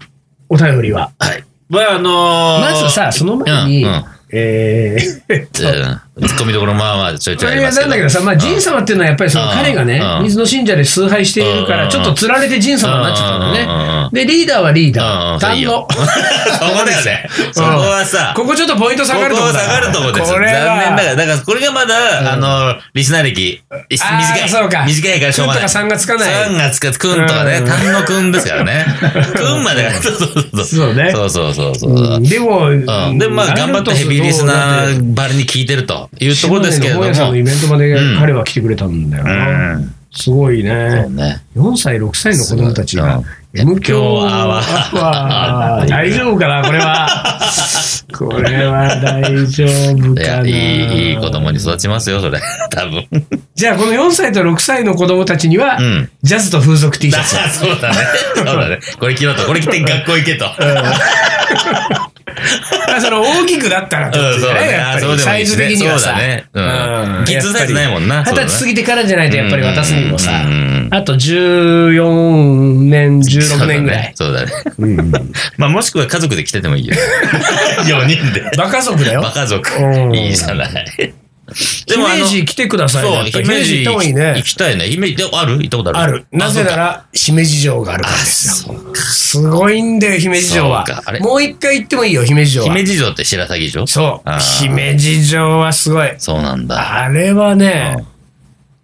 Speaker 1: お便りは、
Speaker 2: はい。
Speaker 5: まあ、あのー、
Speaker 1: まずさ、その前に、
Speaker 2: うんうん
Speaker 1: えー、
Speaker 2: じゃあ、ツッコミどころまあまあちょいち
Speaker 1: そ
Speaker 2: ょいあ
Speaker 1: れ
Speaker 2: りま
Speaker 1: が
Speaker 2: す
Speaker 1: なんだけどさ、まあ、ジン様っていうのはやっぱりその
Speaker 2: うん
Speaker 1: 彼がね
Speaker 2: う、ん
Speaker 1: 水の信者で崇拝しているか
Speaker 2: う
Speaker 1: ら、
Speaker 2: ん
Speaker 1: ちょっと釣られてジン様になっちゃったんだよね。で、
Speaker 2: ね。
Speaker 1: リーダーはリーダ
Speaker 2: う
Speaker 1: ー。
Speaker 2: ん
Speaker 1: 単
Speaker 2: い い
Speaker 1: 語
Speaker 2: よ。そこだよ ね。そこはさ、
Speaker 1: ここちょっとポイント下がるとこ
Speaker 5: こ
Speaker 1: だ
Speaker 5: こ下がるとこです。
Speaker 6: こ
Speaker 5: 残
Speaker 6: れ
Speaker 5: 念
Speaker 6: は
Speaker 5: ながら。だから、これがまだ、あの、リスナー歴、い
Speaker 1: あー
Speaker 5: 短い。
Speaker 1: そうか
Speaker 5: 短いからしょうがない。
Speaker 1: くんとかさんがつかない
Speaker 5: 3がつか、くんとかね
Speaker 1: う。ん
Speaker 5: 丹野くんですから ね。くんまで。そうそうそう。
Speaker 1: そうね
Speaker 5: そうそうそうそう。
Speaker 1: うんでも、
Speaker 5: うんでもまあ、頑張ってヘビーリスナ
Speaker 1: ー
Speaker 5: ーばりに聞いてるというところですけれども。
Speaker 1: 本屋さんのイベントまで
Speaker 5: うん
Speaker 1: 彼は来てくれたんだよな。
Speaker 2: うん。
Speaker 1: すごい
Speaker 5: そう
Speaker 1: ね。
Speaker 5: ね。
Speaker 1: 4歳、6歳の子供たちが
Speaker 2: すごい、
Speaker 1: M 強
Speaker 5: アワー
Speaker 1: アワー大丈夫かな、これは。 これは大丈夫
Speaker 2: い
Speaker 1: か
Speaker 2: や、
Speaker 1: な。
Speaker 2: いい、いい子供に育ちますよ、それ。多分。
Speaker 1: じゃあ、この4歳と6歳の子供たちには、
Speaker 2: うん
Speaker 1: ジャズと風俗 T シャ
Speaker 5: あ
Speaker 1: ツ。
Speaker 5: そうだね。そうだね。これ着ろと。これ着て学校行けと。
Speaker 1: あその大きくなったらってこと
Speaker 5: うんそうだね
Speaker 1: やっ
Speaker 5: あそ
Speaker 1: ぱり
Speaker 5: うでも
Speaker 1: サ
Speaker 5: い
Speaker 1: イ
Speaker 5: いしね
Speaker 1: ズ的にはさ。
Speaker 5: そうだねうんキッズサイズないもんな
Speaker 1: やっぱり
Speaker 5: そうだね
Speaker 1: 二十歳過ぎてからじゃないとやっぱり渡すにもさ
Speaker 2: うんうんう、ん
Speaker 1: あと14年、16年ぐらい。
Speaker 2: そうだね。
Speaker 1: うん
Speaker 2: まあ、もしくは家族で来ててもい いよ。
Speaker 5: 4人で。
Speaker 1: バカ族だよ
Speaker 2: バ。カ族
Speaker 1: う。ん
Speaker 2: いいじゃない。でも、あ
Speaker 1: 姫
Speaker 2: の、
Speaker 1: 路来てくださいね。
Speaker 2: そう、
Speaker 1: やっぱり
Speaker 2: 姫路
Speaker 1: 行った方がいい
Speaker 2: 行
Speaker 1: ね。
Speaker 2: きたいね。姫路、である行ったことあ
Speaker 1: あ
Speaker 2: る
Speaker 1: る。なぜなら、姫路城があるからですよ。すごいんだよ、姫路城は
Speaker 2: そうかあ。れ
Speaker 1: もう一回行ってもいいよ、姫路城は
Speaker 2: 姫。路城って白鷺城
Speaker 1: そう
Speaker 2: あ。ー
Speaker 1: 姫路城はすごい。
Speaker 2: そうなんだ。
Speaker 1: あれはね
Speaker 2: う、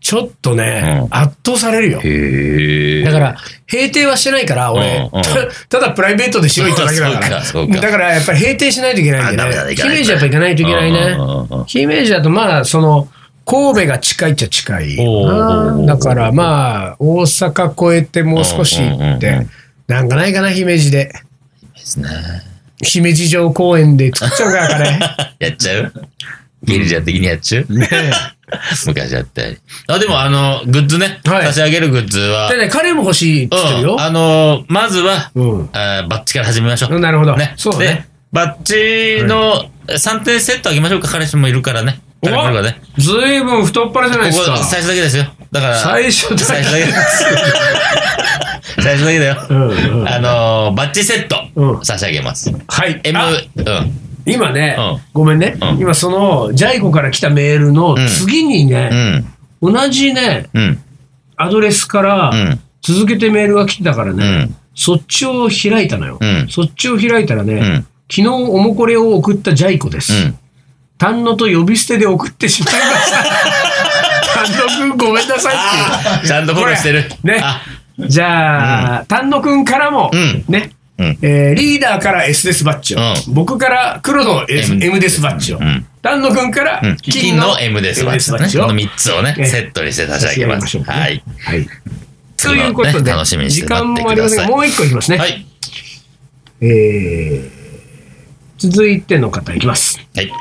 Speaker 1: ちょっとね、
Speaker 2: う
Speaker 1: 圧倒されるよ。
Speaker 2: へえ。
Speaker 1: だから、閉店はしてないから、俺、
Speaker 2: うん うん
Speaker 1: たただプライベートで白いっただけだか
Speaker 2: そうかそ
Speaker 1: ら。
Speaker 2: うか
Speaker 1: だから、やっぱり閉店しないといけないんだ
Speaker 2: あダメ
Speaker 1: よ
Speaker 2: だ
Speaker 1: ね。
Speaker 2: ね行かない
Speaker 1: 姫
Speaker 2: と
Speaker 1: 路やっぱ行かないといけないね
Speaker 2: うんうんうんうん。
Speaker 1: 姫路だと、まあ、その、神戸が近いっちゃ近いな。
Speaker 2: おー
Speaker 1: だから、まあ、大阪越えてもう少し行っ
Speaker 2: うんうんうん
Speaker 1: て
Speaker 2: う、
Speaker 1: なんかないかな、姫路で。
Speaker 2: ですね。
Speaker 1: 姫路城公園で作っちゃうから、 ね。
Speaker 2: やっちゃうゲリラ的にやっちゃう昔やったり。あ、でもあの、グッズね。
Speaker 1: はい
Speaker 2: 差し上げるグッズは。
Speaker 1: でね、彼も欲しいって言ってる
Speaker 2: う
Speaker 1: よ
Speaker 2: ん。。あのー、まずは、
Speaker 1: うん
Speaker 2: あーバッチから始めましょう。
Speaker 1: なるほど
Speaker 2: ね。。
Speaker 1: そうだ
Speaker 2: で
Speaker 1: ね。、
Speaker 2: バッチの3点セットあげましょうか。彼氏もいるからね。
Speaker 1: お
Speaker 2: 彼もいるからね。
Speaker 1: ずいぶん太っ腹じゃない
Speaker 2: こ
Speaker 1: です
Speaker 2: こ
Speaker 1: か。、
Speaker 2: 最初だけですよ。だから、
Speaker 1: 最初だ
Speaker 2: 最初だけです。 最初だけだよ。
Speaker 1: うんうん
Speaker 2: あのー、バッチセッ
Speaker 1: う
Speaker 2: ト
Speaker 1: ん
Speaker 2: 差し上げます。
Speaker 1: はい。
Speaker 2: M、
Speaker 1: あ
Speaker 2: うん。
Speaker 1: 今ね、
Speaker 2: うん
Speaker 1: ごめんね、
Speaker 2: うん
Speaker 1: 今そのジャイコから来たメールの次に
Speaker 2: う
Speaker 1: ね、
Speaker 2: ん。
Speaker 1: 同じね
Speaker 2: うん。
Speaker 1: アドレスから
Speaker 2: うん
Speaker 1: 続けてメールが来てたからね、
Speaker 2: うん
Speaker 1: そっちを開いたのよ、
Speaker 2: うん
Speaker 1: そっちを開いたらね、
Speaker 2: ん
Speaker 1: 昨日おもこれを送ったジャイコです、
Speaker 2: うん。
Speaker 1: 丹野と呼び捨てで送ってしまいま した丹野くんごめんなさいっていう
Speaker 2: あちゃんとフォローしてる。
Speaker 1: ね
Speaker 2: あ
Speaker 1: じゃあ、丹野くんからも、
Speaker 2: うん
Speaker 1: ね、
Speaker 2: うん
Speaker 1: えーリーダーから S デスバッチを、
Speaker 2: う
Speaker 1: 僕から黒の S
Speaker 2: M
Speaker 1: M デスバッチを、
Speaker 2: ん
Speaker 1: 丹野くんから
Speaker 2: うん
Speaker 1: 金
Speaker 2: 金
Speaker 1: の
Speaker 2: の M です。バッチ
Speaker 1: M デス
Speaker 2: ね。
Speaker 1: バッ
Speaker 2: この
Speaker 1: チを。
Speaker 2: 3つをね
Speaker 1: え、え
Speaker 2: セットにして差し上げま
Speaker 1: 差し
Speaker 2: す。
Speaker 1: 上げましょうね
Speaker 2: はい。
Speaker 1: はい。
Speaker 2: そ
Speaker 1: と
Speaker 2: れ
Speaker 1: い
Speaker 2: は
Speaker 1: うことで、
Speaker 2: ね楽しみにして
Speaker 1: 時
Speaker 2: 待
Speaker 1: 間
Speaker 2: って
Speaker 1: もあ
Speaker 2: く
Speaker 1: りま
Speaker 2: だ
Speaker 1: せん
Speaker 2: さ
Speaker 1: が、
Speaker 2: い。
Speaker 1: もう一個いきますね。
Speaker 2: はい。
Speaker 1: えー続いての方いきます。
Speaker 2: はい。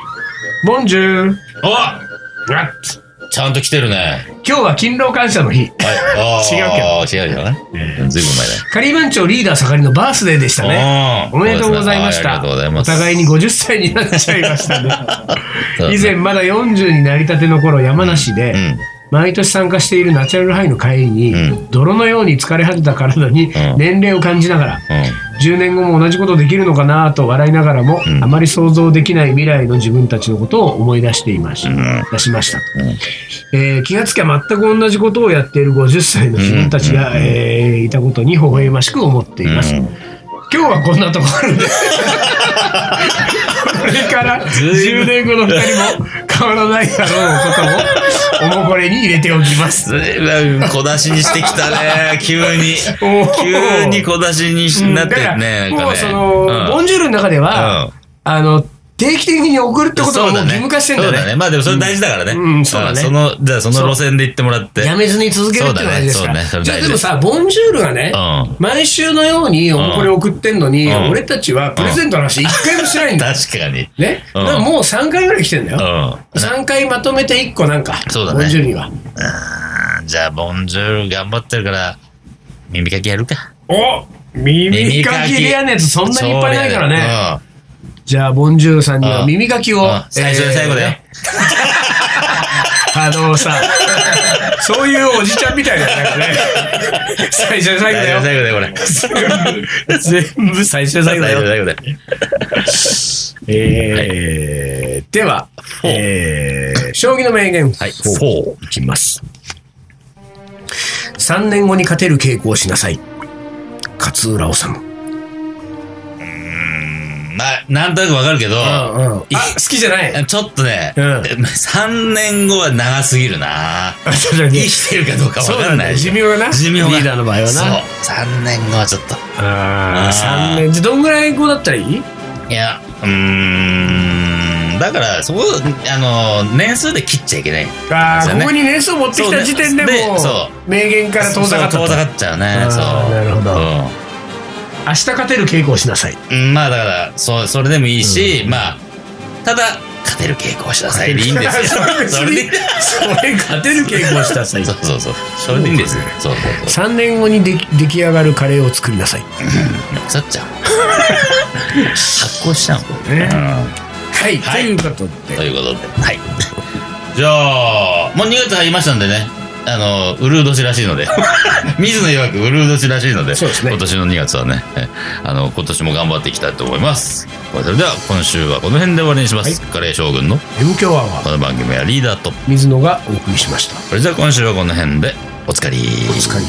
Speaker 1: ボンジュール。
Speaker 5: おちゃんと来てるね。
Speaker 1: 今日は勤労感謝の日。
Speaker 2: はい。違うけど。違うけどね。うんずいぶん前だよ。
Speaker 1: カリーマン長リーダー盛りのバースデーでしたね。
Speaker 2: お
Speaker 1: おめでとうございました。
Speaker 2: ありがとうございます。
Speaker 1: お互いに50歳になっちゃいましたね。
Speaker 2: そうだね
Speaker 1: 以前まだ40になりたての頃山梨で、
Speaker 2: うん
Speaker 1: 毎年参加しているナチュラルハイの会に、
Speaker 2: う
Speaker 1: 泥のように疲れ果てた体に
Speaker 2: ん
Speaker 1: 年齢を感じながら、10年後も同じことできるのかなと笑いながらも、
Speaker 2: ん
Speaker 1: あまり想像できない未来の自分たちのことを思い出していました、
Speaker 2: ん
Speaker 1: 出しましたと、
Speaker 2: うん
Speaker 1: えー気がつきゃ全く同じことをやっている50歳の自分たちが、えーいたことに微笑ましく思っています、
Speaker 2: うん
Speaker 1: 今日はこんなところでこれから10年後の2人も変わらないだろうことをおもこれに入れておきます
Speaker 2: ずいぶん小出しにしてき たね。急に。
Speaker 1: おー
Speaker 2: 急に小出しにしなってるね。
Speaker 1: うんだから
Speaker 2: なんかね
Speaker 1: もうその、
Speaker 2: うん
Speaker 1: ボンジュールの中では、
Speaker 2: うん
Speaker 1: あの、定期的に送るってことがもう義務化してんだ
Speaker 7: そう
Speaker 1: ね
Speaker 7: だね。まあでもそれ大事だからね。
Speaker 1: うんうんそうだね
Speaker 7: その、じゃあその路線で行ってもらって。
Speaker 1: やめずに続けるっていうのが大事ですから。
Speaker 2: そうだねそうね
Speaker 1: じ
Speaker 2: そ
Speaker 1: ゃあ
Speaker 2: れ大
Speaker 1: で
Speaker 2: 事
Speaker 1: もさ、ボンジュールがね、
Speaker 2: うん
Speaker 1: 毎週のようにおもこれ送ってんのに、
Speaker 2: ん
Speaker 1: 俺たちはプレゼントの話一回もしてないんだ。
Speaker 2: 確かに。
Speaker 1: ね、
Speaker 2: うん
Speaker 1: だからもう3回ぐらい来てんだよ。
Speaker 2: う
Speaker 1: 3回まとめて1個なんか、
Speaker 2: そうだね
Speaker 1: ボンジュールには。
Speaker 2: ん。じゃあ、ボンジュール頑張ってるから、耳かきやるか。
Speaker 1: お耳かきレアなやつそんなにいっぱいないから
Speaker 2: そうだ
Speaker 1: ね。
Speaker 2: よ。
Speaker 1: じゃあ、ボンジュールさんに
Speaker 2: う
Speaker 1: は
Speaker 2: ん
Speaker 1: 耳かきを。
Speaker 2: うん最初で最後だよ
Speaker 1: えー。あのさ、そういうおじちゃんみたいだよねなんかね。最初で最後だよ
Speaker 2: うん。最後だよ、これ。最
Speaker 1: 全部最初で最後だ
Speaker 2: 後
Speaker 1: よ。
Speaker 2: だよ、これ。
Speaker 1: えー、では、えー、将棋の名言、
Speaker 2: はい、フォー。
Speaker 1: いきます。3年後に勝てる稽古をしなさい。勝浦治。
Speaker 2: まあ、なんとなくわかるけど、
Speaker 1: うんうん。あ、好きじゃない。
Speaker 2: ちょっとね、
Speaker 1: うん
Speaker 2: 3年後は長すぎるな。
Speaker 1: 確か
Speaker 2: 生きてるかどうかわかんない。
Speaker 1: 寿命がな。
Speaker 2: 寿命が
Speaker 1: リーダーの場合は
Speaker 2: そう
Speaker 1: な。。
Speaker 2: 3年後はちょっと。
Speaker 1: ああ、
Speaker 2: あー
Speaker 1: 三年。じゃあどんぐらい後だったらいい
Speaker 2: いや、うーん、だから、そこ、あの、年数で切っちゃいけない。
Speaker 1: あ
Speaker 2: そ
Speaker 1: あ、
Speaker 2: うだね
Speaker 1: ここに年数を持ってきた時点で
Speaker 2: そうね
Speaker 1: も
Speaker 2: で
Speaker 1: う
Speaker 2: そ、
Speaker 1: 名言から遠ざかった
Speaker 2: そう
Speaker 1: と。
Speaker 2: 遠ざ
Speaker 1: 明
Speaker 2: かっちゃうね
Speaker 1: あ。ー
Speaker 2: そう。
Speaker 1: なるほど日勝てる稽古をしなさい。。
Speaker 2: うんうん。まあ、だから、そう、それでもいいし、まあ、ただ、勝てる傾向をしなさいでいいんですよ それでいい、
Speaker 1: それ勝てる稽古をしなさい
Speaker 2: そうそうそう。それでいいんですよ。そうそうそう。
Speaker 1: 3年後にでき出来上がるカレーを作りなさい。
Speaker 2: 腐っち ゃう。発酵しちゃう。
Speaker 1: ね
Speaker 2: う
Speaker 1: はい、ということ
Speaker 2: ん。と
Speaker 1: で。
Speaker 2: いうことで。はい。じゃあ、もう2月入りましたんでね。あの、うるう年らしいの で。水野曰くうるう年らしいので。
Speaker 1: そうですね
Speaker 2: 今年の2月はね。えあの、今年も頑張っていきたいと思います。それでは、今週はこの辺で終わりにします。カレー将軍の
Speaker 1: M 強アワー、
Speaker 2: この番組はリーダーと。
Speaker 1: 水野がお送りしました。
Speaker 2: それじゃあ今週はこの辺で、おつかり。お
Speaker 1: お疲れ。